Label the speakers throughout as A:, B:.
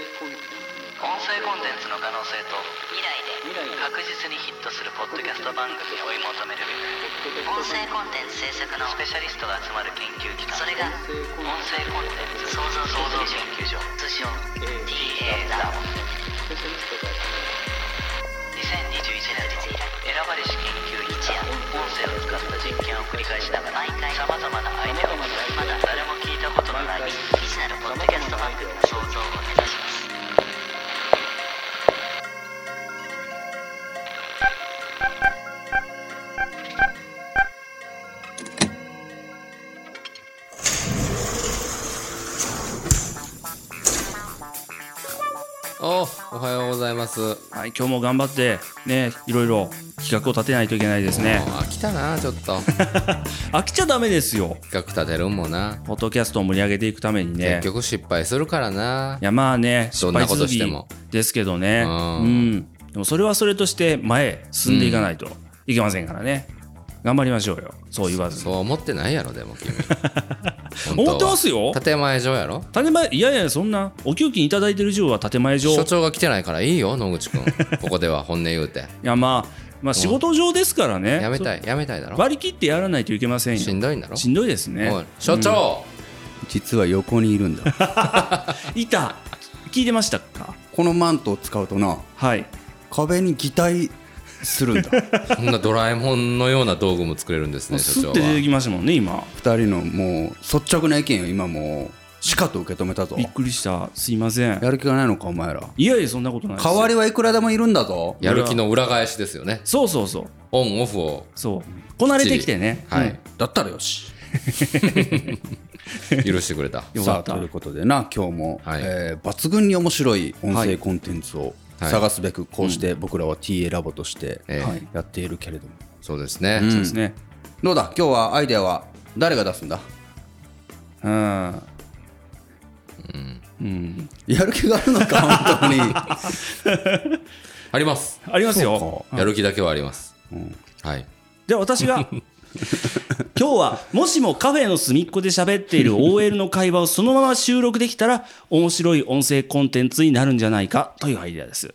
A: 音声コンテンツの可能性と未来で確実にヒットするポッドキャスト番組を追い求める音声コンテンツ制作のスペシャリストが集まる研究機関それが音声コンテンツ創造創造研究所通称 TA ラボ2021年の選ばれし研究一夜音声を使った実験を繰り返しながら毎回さまざまなアイデアを持ちまだ誰も聞いたことのない未知なるポッドキャスト番組の創造を目指します
B: おおはようございますもう
C: はい、今日も頑張って、ね、いろいろ企画を立てないといけないですね。
B: 飽きたなちょっ と
C: 飽きちゃダメですよ。
B: 企画立てるんもな、
C: ポッドキャストを盛り上げていくためにね
B: 結。局失敗するからない
C: や、まあね、
B: ど
C: 失
B: んな
C: 敗
B: こと
C: 続
B: して
C: き
B: も
C: ですけどね。
B: うん
C: うん。でもそれはそれとして前へ進んでいかないといけませんからね。頑張りましょうよ。そう言わず
B: そう思ってないやろでも 君本当は
C: 思ってま
B: 建前
C: すよ。
B: 上やろ
C: 建前、いやいや、そんな、お給金いただいてる以上は建前上。い
B: 所長が来てないからいいよ野口君ここでは本音言うて
C: や、まあ、まあ仕事上ですからね。
B: やめた
C: い。
B: いやめたいだろ
C: 割り切ってやらないといけませんよ。
B: しんどいんだろ
C: しんどいですね
B: おい。所長、
D: 実は横にいるんだ
C: いた。聞いてましたか
D: このマントを使うとな
C: はい。
D: 壁に擬態するんだ
B: こんなドラえもんのような道具も作れるんですね
C: す
B: 所長
C: って出て
B: は
C: きましたもんね今
D: 二人のもう率直な意見を今もうしかと受け止めたぞ
C: びっくりしたすいません
D: やる気がないのかお前ら
C: いやいやそんなことないです
D: 代わりはいくらでもいるんだぞ
B: やる気の裏返しですよね
C: そうそうそう
B: オンオフを
C: そうこなれてきてね
B: は
C: うん
B: い、
D: だったら よし
B: 許してくれた
C: よ
D: さ
C: かっ
D: あと
C: た
D: いうことでな今日も、
B: はい
D: えー抜群に面白い音声コンテンツを
B: はい
D: 探すべく、こうして僕らは TA ラボとして
B: ええ
D: はいやっているけれども、
B: そうですね、
C: そうですね
D: どうだ今日はアイデアは誰が出すんだ
C: うんうん
D: やる気があるのか本当に
B: あります
C: あります
D: そう
C: よ
B: やる気だけはあります、はい
C: じゃあ私が今日はもしもカフェの隅っこで喋っている OL の会話をそのまま収録できたら面白い音声コンテンツになるんじゃないかというアイデアです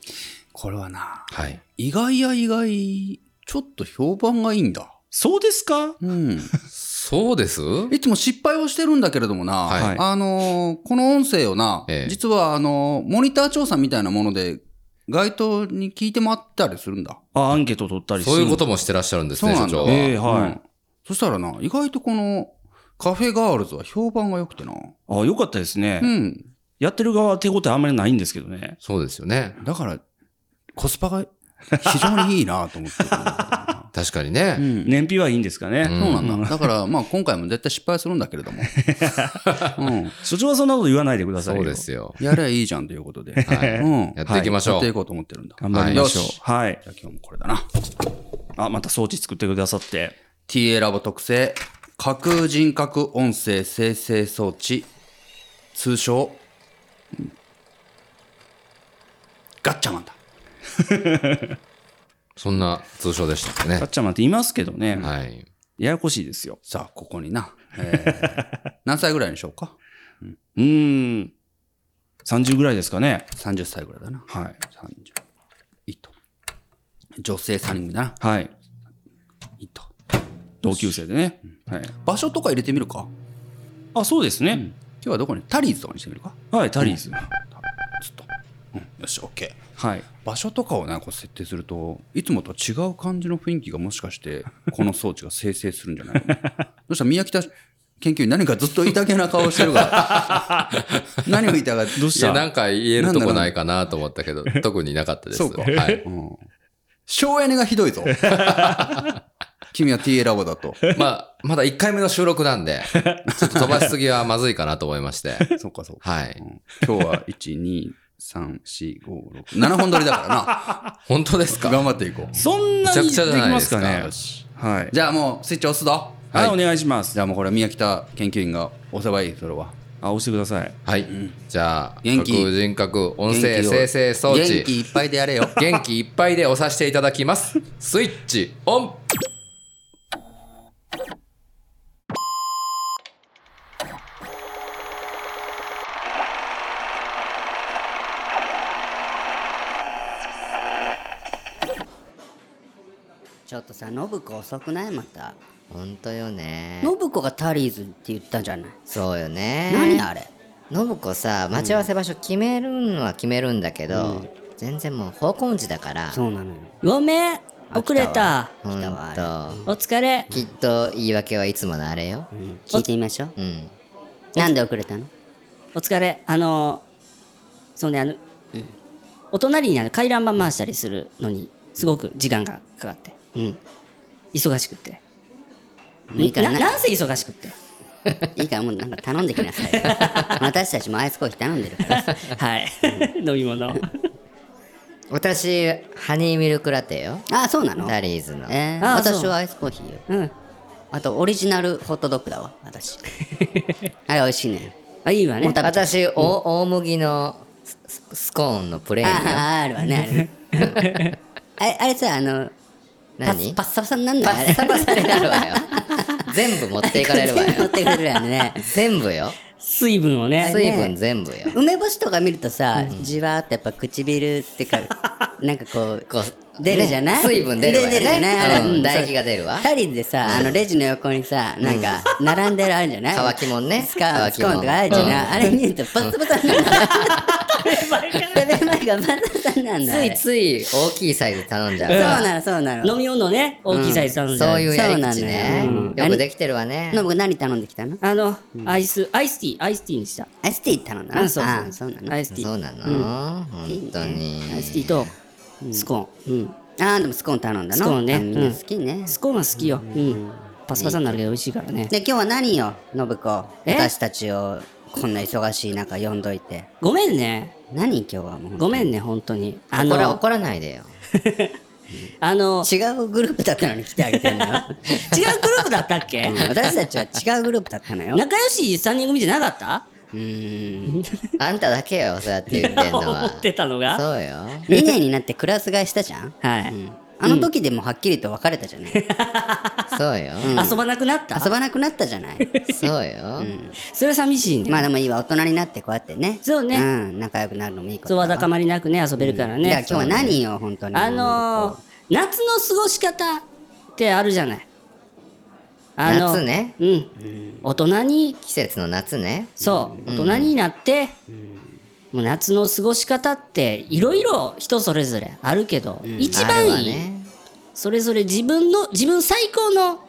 D: これはな
B: はい
D: 意外や意外、ちょっと評判がいいんだ。
C: そうですか
D: うん。
B: そうです
D: いつも失敗をしてるんだけれどもな、
B: はい
D: あのーこの音声をな、
B: ええ
D: 実はあのーモニター調査みたいなもので、街頭に聞いて回ったりするんだ。
C: あアンケート取ったりす
B: そう
C: る
B: いうこともしてらっしゃるんです
D: そう
B: ね
D: な
B: 所
D: ん
B: 長は、
D: だ。
C: ええはい
D: うんそしたらな、意外とこの、カフェガールズは評判が良くてな。
C: あよかったですね、
D: うん。
C: やってる側は手応えあんまりないんですけどね。
B: そうですよね
D: だから、コスパが非常にいいなと思 ってる。
B: 確かにね、
D: うん
C: 燃費はいいんですかね。
D: そうなんだ。だから、まあ今回も絶対失敗するんだけれども。うん。
C: 所長はそんなこと言わないでください
B: そ
C: よ。
B: うですよ
D: やればいいじゃんということで。
B: はい
D: うん。
B: やっていきましょ
D: や
B: う、
D: っていこうと思ってるんだ。
C: 頑張りましょう
D: よ。じゃ
C: はい。
D: あ今日もこれだな。
C: あ、また装置作ってくださって。
D: TA ラボ特製、架空人格音声生成装置、通称、ガッチャマンだ。
B: そんな通称でしたっけね
C: かっちゃんなんていますけどね。
B: はい
C: ややこしいですよ。
D: さあ、ここにな。え ー何歳ぐらいにしようか
C: うーん。30ぐらいですかね。
D: ?30 歳ぐらいだな。
C: はい。
D: 30。いいと。女性3人だな。
C: はい。
D: いいと。
C: 同級生でね。はい。
D: 場所とか入れてみるか
C: あ、そうですね。
D: 今日はどこにタリーズとかにしてみるか
C: はい、タリーズ。
D: ちょっと。うん。よし、OK。
C: はい。
D: 場所とかをなんか設定するといつもと違う感じの雰囲気がもしかしてこの装置が生成するんじゃない かなそしたら宮北研究員何かずっと痛げな顔してるから 何を言いたがどう
B: いや、なんか言えるとこないかなと思ったけど、特になかったです。
D: そうか
B: はい。
D: 省エネがひどいぞ 君は TA ラボだと
B: まあ、まだ1回目の収録なん で、ちょっと飛ばしすぎはまずいかなと思いまして。
D: そうかそうか、
B: はい。
D: うん今日は1234567本撮りだ か
B: 本当です
D: らな
B: か
D: 頑張っていこう
C: そんなに
B: め
C: で
B: ちゃくちゃじゃ
C: き
B: ない
C: ま
B: ですす
C: か
B: か
C: ね。はい。
D: じゃあもうスイッチ押すぞ
C: はい、お願いします
D: じ。ゃあもうこれは宮北研究員が押せばいいそれは
C: あ、押してください。
B: はい。じゃあ、
D: 元
B: 架
D: 気
B: 空人格音声
D: 元気を
B: 生成装
D: 元気
B: 置、
D: いっぱいでやれよ
B: 元気いっぱいで押させていただきます。スイッチオン
A: 音
E: ちょっとさ信子遅くないまた
F: ほんとよね
E: 信子がタリーズって言ったじゃない、
F: そうよね
E: 何あれ
F: 信子さ待ち合わせ場所決めるのは決めるんだけど、全然もう方向音痴だから
E: そうなのよごめん遅れた
F: ほん
E: 来
F: と
E: たわあれお疲れ、
F: きっと言い訳はいつものあれよ
E: 聞いてみましょう
F: うん
E: なんで遅れたのお疲れあのそうねあの、お隣にある回覧板回したりするのにすごく時間がかかって
F: うん
E: 忙しくって
F: いいから
E: な
F: な
E: なんせ忙しくって
F: いいからもうなんか頼んでき なさい私たちもアイスコーヒー頼んでるから
E: はい 飲み物
F: 私ハニーミルクラテよ
E: あそうなの
F: ダリーズの、
E: えーあそう
F: 私はアイスコーヒーよ
E: うん
F: あとオリジナルホットドッグだわ 私あれ美味しいね
E: あいいわね
F: 私お大麦のスススコーンのプレーンよ
E: あああるわねあるねあれあれさあの
F: 何
E: パッサパサになんだ
F: パ
E: よあれ
F: ッサパサになるわよ 全部持っていかれるわよ
E: 持ってくれるやんね
F: 全部よ
E: 水分をね
F: 水分全部よ
E: 梅干しとか見るとさ、じわーってやっぱ唇って いうかなんかこう
F: こう
E: 出るじゃない、
F: 水分出るわよね
E: よねあれ
F: うん
E: うん
F: 唾液が出るわ
E: そう二人でさあのレジの横にさなんか並んでるあるじゃ ない
F: 乾きもんね
E: スカー
F: 乾
E: フ
F: き
E: スコーン
F: も
E: と
F: ん
E: かあるじゃない、あれ見るとパッパサになる食べ前がパッサになるんだ
F: つ
E: あ
F: い
E: れ
F: つい大きいサイズ頼んじゃう
E: そう
F: わ
E: なのそうなの飲み物ね大きいサイズ頼
F: そういうやり口ね
E: そうなのようん
F: よくできてるわね
E: 信子何頼んできたの
G: あの、アイス、アイスティー、アイスティーにした。
E: アイスティー頼んだ
G: う
E: なん
G: そう
E: あ
G: そ
E: そううなの
G: アイスティー。
F: そうなの本当に
G: アイスティーと、スコーン。うん。
E: あーでもスコーン頼んだの
G: スコーンね
E: あみんな好きね、
G: スコーンは好きよ。うん。パサパサになるけど美味しいからね。
E: で今日は何よ信子
G: え
E: 私たちをこんな忙しい中呼んどいて
G: ごめんね。
E: 何今日はもう
G: ごめんね、本当に。あ
F: 怒ら
G: の、
F: 怒らないでよ
G: あの、
E: 違うグループだったのに来てあげて んのよ
G: 違うグループだったっけ
E: うん私たちは違うグループだったのよ
G: 仲良し3人組じゃなかった
E: うーん
F: あんただけよそうやって言ってんの
G: 思
F: は
G: ってたのが。
F: そうよ
E: 2年になってクラス替えしたじゃん、
G: はい
E: うんあの時でもはっきりと別れたじゃない、
F: そうよ
G: 遊ばなくなった
E: 遊ばなくなったじゃない
F: そうよ
G: それは寂しい ね。
E: まあでもいいわ大人になってこうやってね
G: そうね
E: ん、仲良くなるのもいいこと
G: そう、
E: だ
G: わ
E: わ
G: だかまりなくね、遊べるから
E: じゃあ
G: ね
E: 今。日は何よ本当に
G: あのー、夏の過ごし方ってあるじゃない。あの
F: 夏ね
G: うん。大人に、
F: 季節の夏ね
G: そう、大人になって、もう夏の過ごし方っていろいろ人それぞれあるけど、一
F: あるわ
G: 番いい、
F: ね
G: それぞれ自分の、自分最高の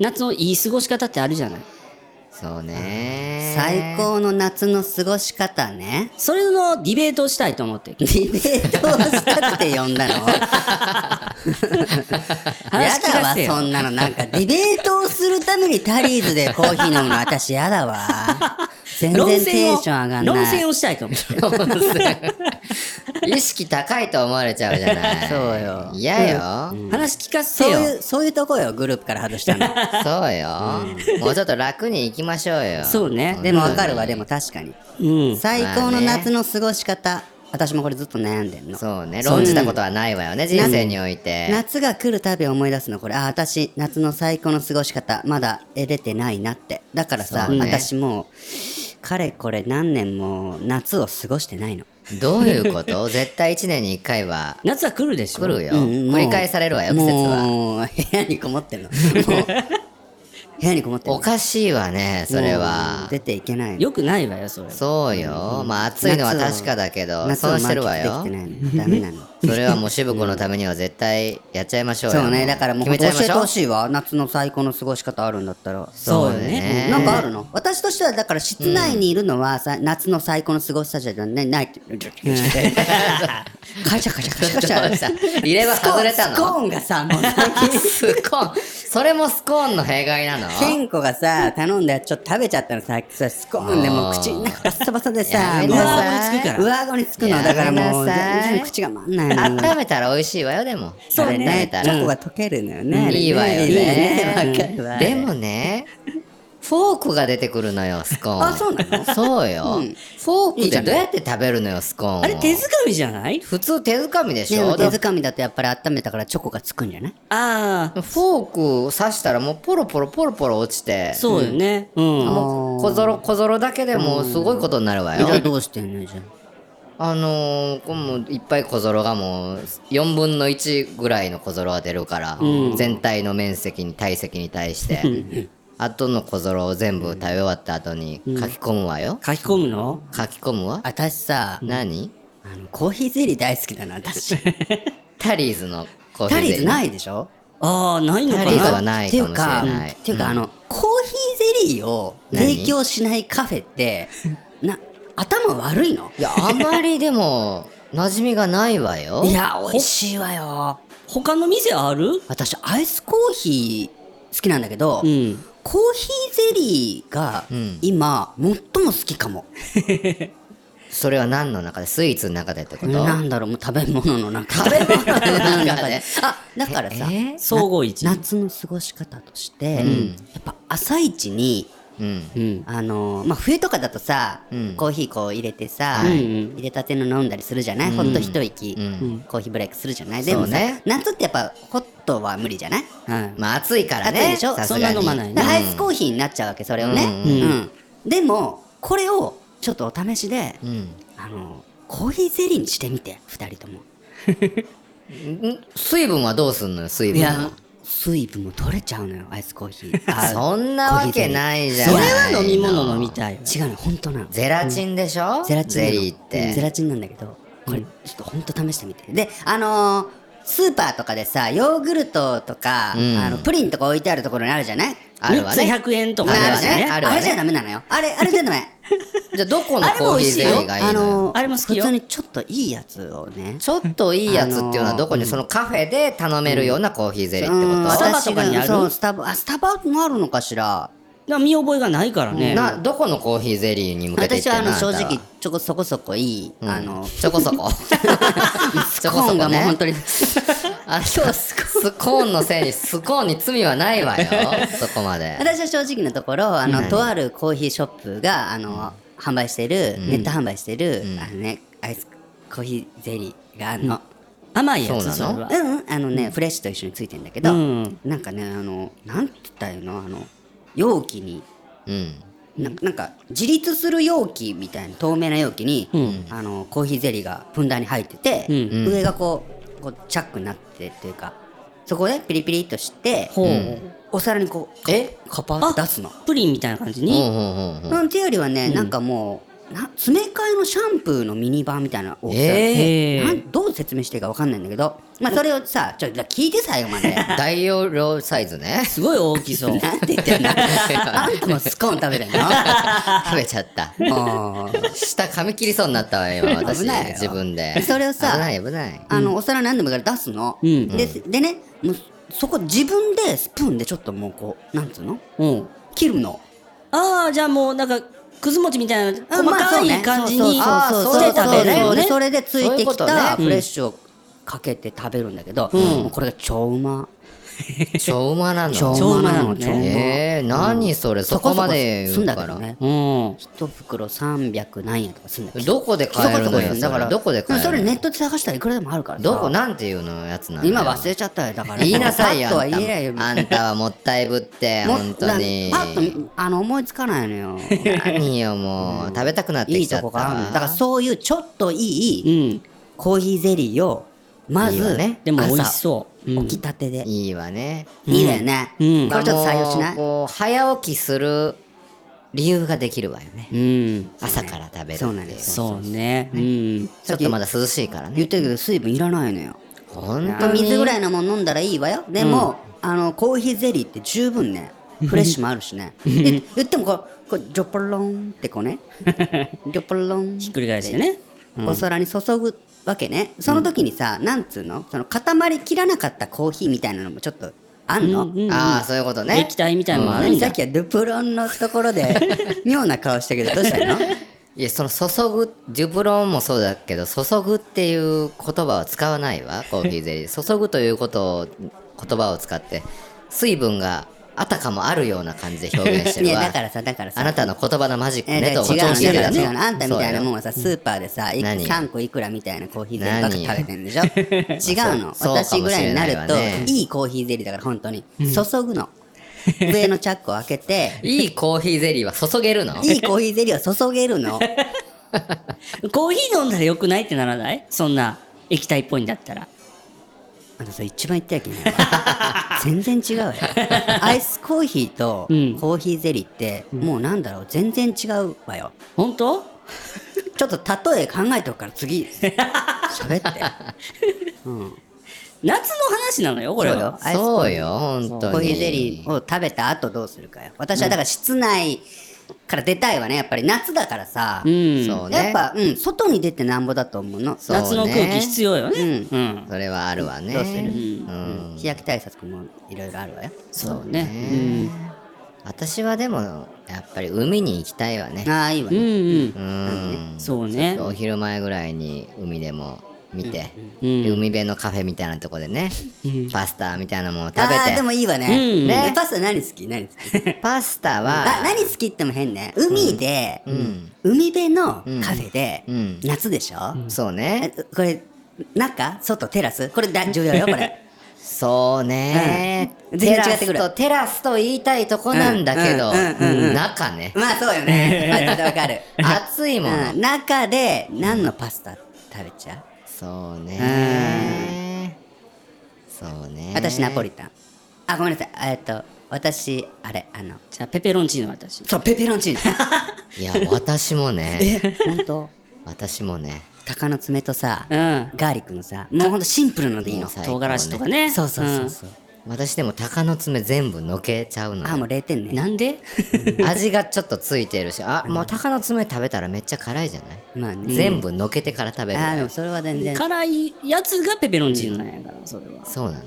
G: 夏のいい過ごし方ってあるじゃない。
F: そうね
E: 最高の夏の過ごし方ね
G: それのディベートをしたいと思って。
E: ディベートをしたって呼んだのや
G: 話聞
E: だ
G: か
E: わ
G: せてよ
E: そんなのなんかディベートをするためにタリーズでコーヒー飲むの私やだ わ全
G: 論
E: 然テ
G: 戦
E: ン
G: を
E: ション上が、んない
G: 論戦をしたいと思って。
F: 意識高いと思われちゃうじゃな い
E: そうよ
F: 嫌よ
G: 話聞かせ
E: そう
G: てよ。
E: いうそういうとこよグループから外したの
F: そうよもうちょっと楽に行きましょうよ
G: そうね。
E: でもわかるわでも確かに
G: うん。
E: 最高の夏の過ごし方私もこれずっと悩んでんの
F: そうね論じたことはないわよね人生において
E: 夏が来るたび思い出すのこれあ私夏の最高の過ごし方まだ得れてないなってだからさ、
F: そうね
E: 私もうかれこれ何年も夏を過ごしてないの
F: どういうこと 絶対1年に1回は
G: 夏は来るでしょ。
F: 来るよ
E: うんもう
F: 繰り返されるわよ季節は
E: もう部屋にこもってるのもう部屋にこもってる
F: おかしいわね それは
E: 出ていけないの
G: よくないわよ、それ。
F: そうよまあ暑いのは確かだけど
E: 夏を
F: 損してるわ
E: 満
F: よ
E: 喫できてないのダメなの
F: それはもう渋子のためには絶対やっちゃいましょうよ
E: そうねだからもう
F: 決
E: 教え
F: めちゃいましてょう
E: ほしいわ夏の最高の過ごし方あるんだったら
G: そうよ
F: ね
E: うんなんかあるの私としてはだから室内にいるのはさ、夏の最高の過ごし方じゃないないってカシャカシャカシャカシャ
F: さ入れ歯外れたの
E: スコーンがさもう最近
F: スコーンそれもスコーンの弊害なの
E: 健子がさ頼んだやつちょっと食べちゃったのさっきさスコーンでもう口の中バッサバサでさ
F: やめ
E: もう
F: な
E: 上
F: さ
E: 顎につ
F: い
E: くから上顎につくのだからもう
F: やめなさい
E: 全然口が回んないの
F: 温めたら美味しいわよでも
E: あれ
F: 温めた
E: チ
F: ら
E: ョコが溶けるのよ
F: うん
E: ね
F: いいわよ
E: いいね
F: ね
E: わかるわ
F: でもねフォークが出てくるのよスコーン
E: あそうなの
F: そうよフォークでどうやって食べるのよスコーンを
G: あれ、手づかみじゃない
F: 普通手づかみでし
E: でも
F: ょ
E: 手
F: だ
E: づかみだとやっぱり温めたからチョコがつくんじゃない
G: あ
F: フ
G: あ、
F: ォークを刺したらもうポロポロポロポロ落ちて
G: そうよね。うん。
F: もう小ぞろ小ぞろだけでもうすごいことになるわよ
E: じゃあどうしてんのじゃあ
F: あのー、これもういっぱい小揃がもう4分の1ぐらいの小揃が出るから、全体の面積に体積に対 して後の小揃を全部食べ終わった後に書き込むわよ、
E: 書き込むの
F: 書き込むわ
G: 私さ、
F: 何
G: あのコーヒーゼリー大好きだな、 私。
F: タリーズのコーヒ
G: タ
F: ー
G: リー
F: ゼ
G: ズ
F: リー
G: ないでしょ
E: ああ、ないのか
G: タ
E: な
G: リー
F: ズ
G: ズ
F: はない
G: ってい
F: かも
G: う
F: しれ
G: か、
F: ない
G: っていう
F: う
G: か、
F: ん
G: あの、コーヒーゼリーを
F: 何
G: 提供しないカフェって、な、頭悪いの
F: いやあまりでも馴染みがないわよ
G: いや、美味しいわよ。
E: 他の店ある
G: 私、アイスコーヒー好きなんだけど、
E: うん。
G: コーヒーゼリーが
F: うん
G: 今、最も好きかも。
F: それは何の中でスイーツの中でってこと
G: なんだろう、もう食べ物の中で。食べ物の中で。あ、だからさ、
F: ええ
E: 総合一。
G: 夏の過ごし方として、
F: ん
G: やっぱ朝一に、
F: うん
E: うん。
G: あのーまあ、冬とかだとさ、
F: うん
G: コーヒーこう入れてさ、
E: はい
G: 入れたての飲んだりするじゃない、ほっと一息、
F: うん
G: コーヒーブレイクするじゃないでも
F: そう
G: さ、
F: ね
G: 夏ってやっぱホットは無理じゃない、うん
F: まあ暑いから
G: 暑い
F: ね
G: でしょ
F: さす
G: そ
F: がに
G: んな飲まないね、
F: うん
G: アイスコーヒーになっちゃうわけそれをね、
F: うん
E: うん
G: うんでもこれをちょっとお試しで、
F: うん
G: あのーコーヒーゼリーにしてみて2人とも
F: ん水分はどうすんのよ水
G: い
F: 分
G: や水分も取れちゃうのよアイスコー ヒーあ
F: そんなわけないじゃん
G: コー
E: そ
G: ヒー
E: れ
G: ゼリー
E: は飲み物飲みたい。
G: 違うの本当なの
F: ゼラチンでしょ、
G: ゼラチンな
F: ゼ
G: の
F: リーっ
G: うんゼ
F: て
G: ラチンなんだけどこれちょっとほんと試してみてであのースーパーとかでさヨーグルトとか、
F: うん
G: あのプリンとか置いてあるところにあるじゃない
F: あるわね
E: 3つ100円とか
F: あるわ
E: だし
F: ね
E: ね。
F: あ
G: あ
F: るわね
G: れじゃダメなのよあれあれじゃ ダメ
F: じゃあどこの
G: あれ
F: コー
G: も美
F: ヒー
G: 味しい
F: ゼリ
G: よ
F: ーがいいのよ
G: ー
E: あれも好きよ
G: 普通にちょっといいやつをね
F: ちょっといいやつっていうの
G: あ
F: は
G: のー
F: どこにそのカフェで頼めるようなコーヒーゼリーって
G: うん
F: こ
E: ス
F: と
E: タバとかにある
G: 私がそうスタバあスタバもあるのかしら
E: だから見覚えがないからね。
F: などこのコーヒーゼリーに向けていっ
G: 私
F: てん
G: はあの
F: あんた
G: 正直ちょこそこそこいい、あの
F: ちょこそ こちょ
G: コ
F: こ
G: ー
F: そこ
G: ンがもう
F: ね
G: 本当に
F: あのスコーンのせいにスコーンに罪はない わよそこまで
G: 私は正直なところあの、とあるコーヒーショップがあの、販売してる、ネット販売してる、あのね、アイスコーヒーゼリーがあるの、
E: 甘いやつ、
F: そうな
E: そ
F: の
E: れは。
G: うんうんあのね、フレッシュと一緒についてんだけど、
E: うん
G: なんかねあのなんて言ったらいいのあの容器に
F: うん
G: ななんか自立する容器みたいな透明な容器に、あのコーヒーゼリーがふんだんに入ってて、
E: うん
G: 上がこうこうチャックになってっていうかそこでピリピリっとして、
E: ほう。
G: お皿にこうえカパッて出すの。
E: プリンみたいな感じ
F: うんう
E: に。
F: んうんうん
G: なんていうよりはね、なんかもうな詰め替えのシャンプーのミニ版みたいな大きさ
E: えー
G: なんどう説明していいかわかんないんだけど、まあ、それをさちょっと聞いて最後まで
F: 大容量サイズね
E: すごい大きそう。
G: なんて 言ってんのあんたもスコーン食べてんの
F: 食べちゃった
G: もう
F: 下噛み切りそうになったわよ今私
G: 危ないよ
F: 自分で
G: それをさ
F: 危ない危ない
G: あのお皿何でもいいから出すの、
E: ん
G: ででねもうそこ自分でスプーンでちょっともうこうなんつうの
E: うん。
G: 切るの
E: ああ、じゃあもうなんか、くず餅みたいな、
G: あ
E: 細かい感じに。
G: まあそうねそうそう
E: して
G: そう
E: 食べる
G: そう
E: よ
G: ね
E: ね。
G: それでついてきた
F: そういうことね
G: フレッシュをかけて食べるんだけど、もうこれが超うま
F: 超うまなの
G: 超うまなの超うま
F: えー、何それそこまで
G: そこそこす
F: 言うか
G: んだ
F: ら
G: けどね
E: うん。
G: 一袋300何円とかすんだけど
F: どこで
G: そこ
F: 買える
G: そ
F: の
G: こす
F: よ
G: ん
F: だ
G: だか
F: かららどこで買える
G: そ
F: の
G: れネットで探したらいくらでもあるからさ
F: どこなんていうのやつなんだよ
G: 今忘れちゃったよだから
F: 言いなさいよ
G: パッと
F: あ
G: は
F: ん
G: 言えないよ
F: たあんたはもったいぶって
G: もう
F: 本当に
G: だからパッとあの思いつかないの よ
F: 何よもう食べたくなって
G: い
F: き
G: い
F: ちゃ
G: と
F: った
G: こ
F: わ
G: があるのだからそういうちょっといいコーヒーゼリーをま
F: いいわ
G: ず
F: ね
E: でも美味し
G: 朝
E: そう。うん
G: 起きたてで
F: いいわね
G: いいだよねこ
E: ん
G: れちょっと採用し
F: まあも
G: な
F: う
G: い
F: こう早起きする理由ができるわよね
E: うん。
F: 朝から食べるってい
G: そうなんです
E: そうね。うん。
F: ちょっとまだ涼しいから
G: 言っ
F: ね
G: てるけど水分いらないのよ
F: 本当に
G: 水ぐらいのもん飲んだらいいわよでも、あのコーヒーゼリーって十分ねフレッシュもあるしねで言ってもこうこうジョポロンって こうねジョポロン
E: ひっくり返してね。
G: お皿に注ぐわけねその時にさ、なんつうのその固まりきらなかったコーヒーみたいなのもちょっとあんの、
F: ああそういうことね
E: 液体みたいなのもある
G: 何
E: ん
G: さ
E: だ
G: っ。きはドゥプロンのとこ ろで妙な顔したけどどうしたの
F: いやその注ぐジュブロンもそうだけど注ぐっていう言葉は使わない わコーヒーゼリー注ぐということを言葉を使って水分があたかもあるような感じで表現して
G: い
F: る
G: や
F: わ
G: だからさだからさ
F: あなたの言葉のマジック
G: えー
F: ね
G: だ
F: と
G: か
F: 思
G: ら違うの
F: って
G: だ
F: るよ
G: から
F: ね
G: 違うのあんたみたいなも
F: そ
G: ん
F: うよ
G: はさスーパーでさいく
F: 何
G: 3個いくらみたいなコーヒーゼリーばっか
F: 何
G: 食べてんでしょ違う
F: そう
G: の
F: そうか
G: 私
F: も
G: ぐ
F: し
G: らい
F: れ
G: に
F: な
G: ないる
F: わね
G: といいコーヒーゼリーだから本当に注ぐの上のチャックを開けて
F: いいコーヒーゼリーは注げるの
G: いいコーヒーゼリーを注げるのコーヒー飲んだらよくないってならないそんな液体っぽいんだったら。
E: あのそれ一番言ったやけんね全然違う よアイスコーヒーと
G: うん
E: コーヒーゼリーって、もうなんだろう全然違うわよ
G: 本当
E: ちょっと例え考えとくから 次喋って
G: 夏の話なのよ、これ
E: そう
G: は
E: よ。アイスコー
F: そ
E: ヒー
F: うよ、本当に。
E: コーヒーゼリーを食べた後どうするかよ私はだから室内から出たいわねやっぱり夏だからさ、
G: うん。
F: そうね。
E: やっぱ、うん、外に出てなんぼだと思うの
F: そうね
G: 夏の空気必要よね。
E: う
G: うん。
F: それはあるわね。
E: どうする
F: うん
E: 日焼け対策もいろいろあるわよ
G: そうね。
F: 私はでも、やっぱり海に行きたいわね。
E: ああいいわ
G: うん。う
E: ね、
G: ん
F: うん
G: うん。。そうね。
F: お昼前ぐらいに海でも見て、
G: うん
F: で海辺のカフェみたいなとこでね、パスタみたいなものを食べ
E: あー
F: て
E: でもいいわね,、
G: うん
E: ねパスタ何好き何好き
F: パスタ
E: あ
F: は
E: 何好きっても変ね海で、
F: ん
E: 海辺のカフェで、
F: うん
E: 夏でしょ、
F: そう
E: え
F: ね
E: これ中外テラスこれだ重要よこ れ
F: そうね、
E: うん全
F: テ
E: 然
F: ラ
E: 違ってく
F: ス
E: る
F: とテラスと言いたいとこなんだけど、
E: うんうんうんうん
F: 中ね
E: まあそうよ ねまあちょっとわかる、
F: 暑いもの、
E: うん、中で何のパスタ食べちゃう、
F: そうねそうね
E: 私ナポリタンあごめんなさいえっと私あれあの
G: じゃあ、ペペロンチーノ私。
E: そうペペロンチーノ
F: いや私もね
E: え本当
F: 私もね
E: 鷹の爪とさ、
G: うん。
E: ガーリックのさもうほんとシンプルのでいいの
F: 最高
G: 唐辛子とかね。
E: そうそうそうそう、
F: 私でも鷹の爪全部のけちゃうの
E: あ
F: よ
E: もう0点ね
G: うん。なんで
F: 味がちょっとついてるしあもう鷹の爪食べたらめっちゃ辛いじゃない、
E: まあね
F: 全部のけてから食べる
E: あー
F: の
E: で
F: よ
E: もそれは全然
G: 辛いやつがペペロンチーノなんやから、それは。
F: そうなの、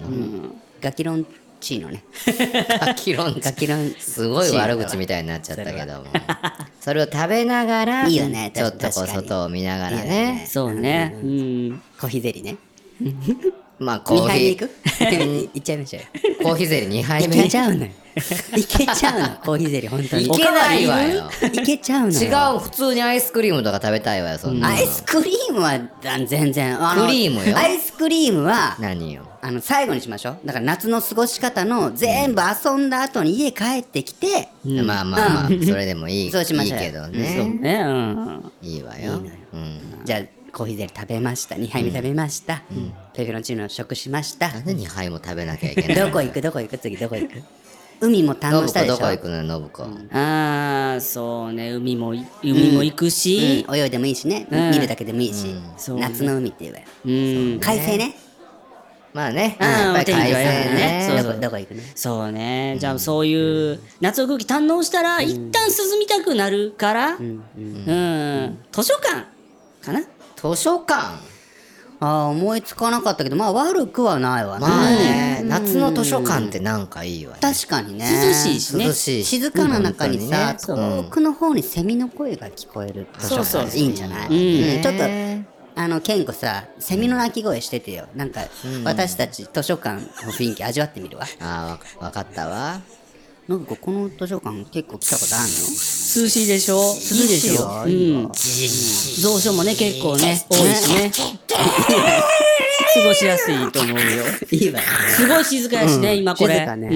E: ガキロンチーノね
F: ガキロン
E: ガキロン
F: すごい悪口みたいになっちゃったけどもそれを食べながら
E: いいよね
F: ちょっとこう
E: 確かに
F: 外を見ながら
E: いいよ
F: ね
E: ね
G: そうね。うん。
E: コーヒーゼリーね
F: まあコ
E: 2
F: ー
E: 杯目い
F: ヒ
E: くいっちゃいましょうよ
F: ーコーヒーゼリー2杯
E: い
F: 目
E: けちゃうのよ いけちゃうのコーヒーゼリー本当に
F: いけないわよ
E: いけちゃうのよ
F: 違う普通にアイスクリームとか食べたいわよそんなの
E: アイスクリームはだ全然あの
F: クリームよ
E: アイスクリームは
F: 何よ
E: あの最後にしましょうだから夏の過ごし方の全部遊んだ後に家帰ってきて、
F: まあまあまあそれでもいいい い
E: そうしましょうよ
F: けど
G: そう
F: ね
G: ね。うん。
F: いいわようん
E: じゃあコーヒーゼリー食べました2杯目食べました、ペペロンチーノ食しました、
F: なんで2杯も食べなきゃいけない
E: どこ行くどこ行く次どこ行く海も堪能
F: の
E: し
F: ぶ
E: た
F: こ
E: でしょ
F: どこ行くのよ信子
G: ああ、そうね。海もい、海も行くし。
E: うん泳いでもいいしね、
G: うん
E: 見るだけでもいいし、
G: そうね
E: 夏の海って言えばよ
G: うん。
E: 海鮮ね
F: まあね
G: うん
F: やっぱり海
G: お天気が
F: 鮮
G: いいね
F: ね
G: そう
E: どこどこ行くね
G: そうね。じゃあ、そういう夏の空気堪能したら、一旦涼みたくなるから、うん。図書館かな
F: 図書館
E: あー思いつかなかったけどまあ悪くはないわね、
F: まあね、夏の図書館ってなんかいいわね。
E: 確かにね
G: 涼しいしね
F: 涼しいし
E: 静かな中にさ、
F: 本当にね
E: 遠くの方にセミの声が聞こえる
F: そうそう
E: いいんじゃない、
G: ん
E: うんちょっとあの健吾さセミの鳴き声しててよなんか、私たち図書館の雰囲気味わってみるわ
F: ああ、わわかったわ。
E: なんかこの図書館結構来たことあるの
G: 涼しいでしょ涼しいでしょうん。蔵書もね、結構ね、多い しね。過ごしやすいと思うよ。
E: いいわよ
G: すごい静かやしね、今これ。
E: 静かね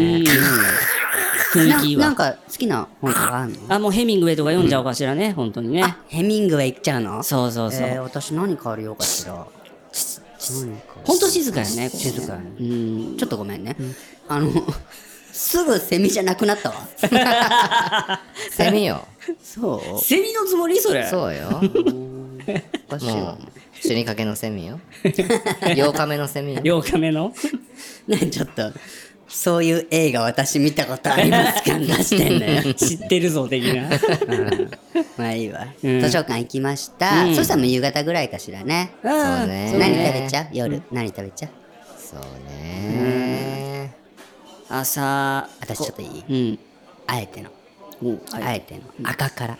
G: うん。雰囲気
E: ななん
G: は。
E: か好きな本とかあるの
G: あ、もうヘミングウェイとか読んじゃおうかしらね、本当にね。
E: あヘミングウェイ行っちゃうの
G: そうそうそう。
E: えー私何借りようかしら何か
G: ほんと静かやね、ここね
E: 静かやね
G: うん。
E: ちょっとごめんね、あのすぐセミじゃなくなったわ
F: セミよ。
E: そう
G: セミのつもりそれ。
F: そうよ。
E: おかしいわ
F: もう、 死にかけのセ ミよ。8日目のセミよ。
G: 8日目の
E: ねちょっとそういう映画私見たことありますか出してんのよ
G: 知ってるぞ、的な。
E: まあいいわ、
G: うん
E: 図書館行きました、
G: うん
E: そしたらもう夕方ぐらいかしらね、
F: そう
E: 何
F: ね。
E: 食べちゃう夜、何食べちゃう
F: そうね。
G: 朝、
E: 私ちょっといい
G: うん。
E: あえての、あえての赤から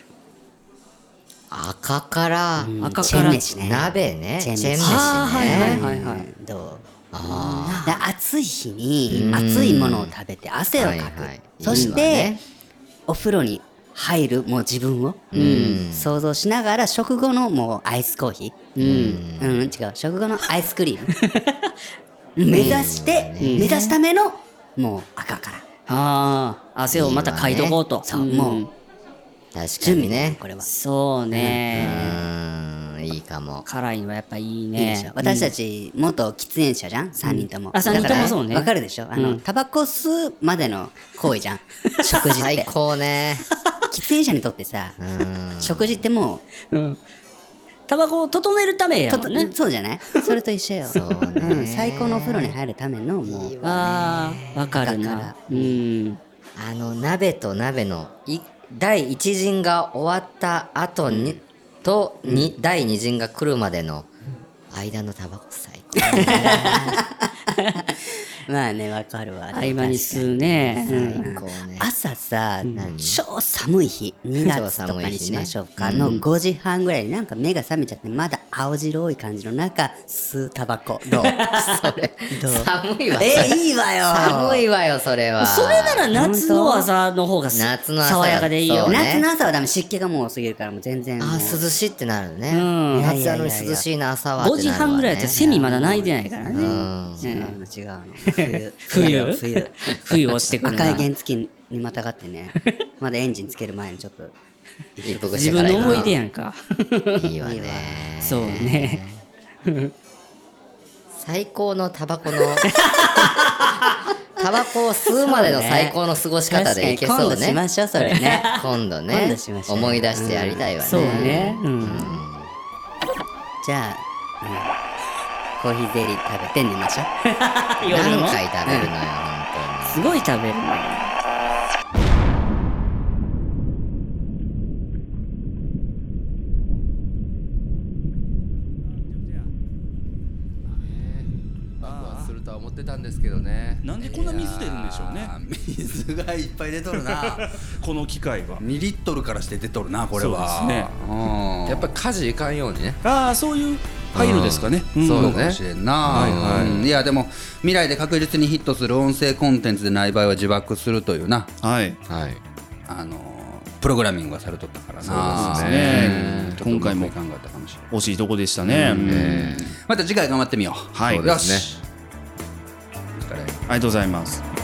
F: 赤から、
G: 赤
E: チ
G: か
E: ェ
G: ら
E: ン。飯ね
F: 鍋ね。
E: チ
F: チ
E: ェ
F: ェ
E: ンメシ
F: ンメシ
G: あーはいはい
F: ね。
G: はいはい。
E: どう
F: あ
E: だから暑い日に暑いものを食べて汗をかく、
F: はいはい
E: そし
F: いいわ
E: て
F: ね
E: お風呂に入るもう自分を、想像しながら食後のもうアイスコーヒー、うん違う食後のアイスクリーム目指して、目指すためのもう赤から
G: ああ、汗をまたかいとこうと。
E: そうもう
F: 確か
G: 準
F: に
G: 備ね
F: ね。
G: これは。
E: そう
F: う
E: ね。
F: ーん、いいかも。
E: 辛いのはやっぱいい
G: いいでし
E: ね
G: ょ。私たち元喫煙者じゃん3人とも、
E: あ3人とも
G: だから
E: そうね
G: わかるでしょあ
E: う
G: の
E: ん
G: タバコ吸うまでの行為じゃ ん食事っ
F: 最
G: て
F: 高ね。
G: 喫煙者にとってさ食事っても
E: うん。タバコを整えるため
G: う
E: や
G: と
E: も
G: と、
E: んね。
G: そうじゃないそれと一緒よ
F: そうね
G: ん最高のお風呂に入るためのもう
E: ああ、わかる
G: だか
E: な
G: ら。
E: うん。
F: あの、鍋と鍋のい第一陣が終わった後に、とに、第二陣が来るまでの間のタバコ最高。
G: まあねわかるわ
E: 合間に吸うね。うん
F: 最高ね。
G: 朝さ、超寒い日、2月とかにしましょうか、の5時半ぐらいになんか目が覚めちゃって、まだ青白い感じの中、吸うタバコ。 どうそれ。どう
F: 寒いわ。
G: え、いいわよ。
F: 寒いわよ、それは。
E: それなら夏の朝の方が
F: 夏の朝
E: 爽やかでいいよ
F: そう。ね
G: 夏の朝はダメ、湿気がもう過ぎるから、もう全然もう。
F: あー、涼しいってなるね。
E: うん
F: 夏なのに涼しいな、朝はっ
E: 5
F: てなるわね。
E: 時半ぐらいやったらセミまだ鳴いてないから
F: う
E: ね。
F: ん。
G: 違うの、違うの。冬。
E: 冬
G: 冬。
E: 冬をしてくるな
G: 赤い原付にまたがってね、まだエンジンつける前にちょっと。
F: 一服
E: 自
F: して
E: 分
F: から
E: の
F: 行く
E: 思
F: ない
E: 出やんか。
F: いいわね。
E: そうね。
F: 最高のタバコの。 タバコを吸うまでの最高の過ごし方でいけそう
G: 今度しま
F: ね。
G: しょう、それね。
F: 今度
G: 今
F: ね
G: 度しま。しょう
F: 思い出してやりたいわね。
E: そうね。うん。
G: じゃあ、うん、コーヒーゼリー食べて寝ましょう。
E: 夜の
F: 何回食べるのよ、本
E: すごい食べるね。
B: バンバンするとは思ってたんですけどね
C: なんでこんな水出るんでしょうね
D: あ。ー水がいっぱい出とるな
C: この機械は。
D: 2リットルからして出とるなこれは
C: そうですね
D: うん
B: やっぱ家事いかんようにね
C: ああ、そういう配慮ですかね。
B: うん
C: ん
B: そう
D: そうかもしれんな、
B: はいはい
D: うんいやでも未来で確実にヒットする音声コンテンツでない場合は自爆するというな
C: はい。
B: はい
D: あのープログラミングがされとったからな
B: そうです
C: ね
D: うん
C: 今回も
D: ちょっとうまくいかんかったかもしれない
C: 惜しいとこでしたね。うん
D: また次回頑張ってみよう
C: はい
D: よ
B: そ
D: しお疲れ
C: ありがとうございます。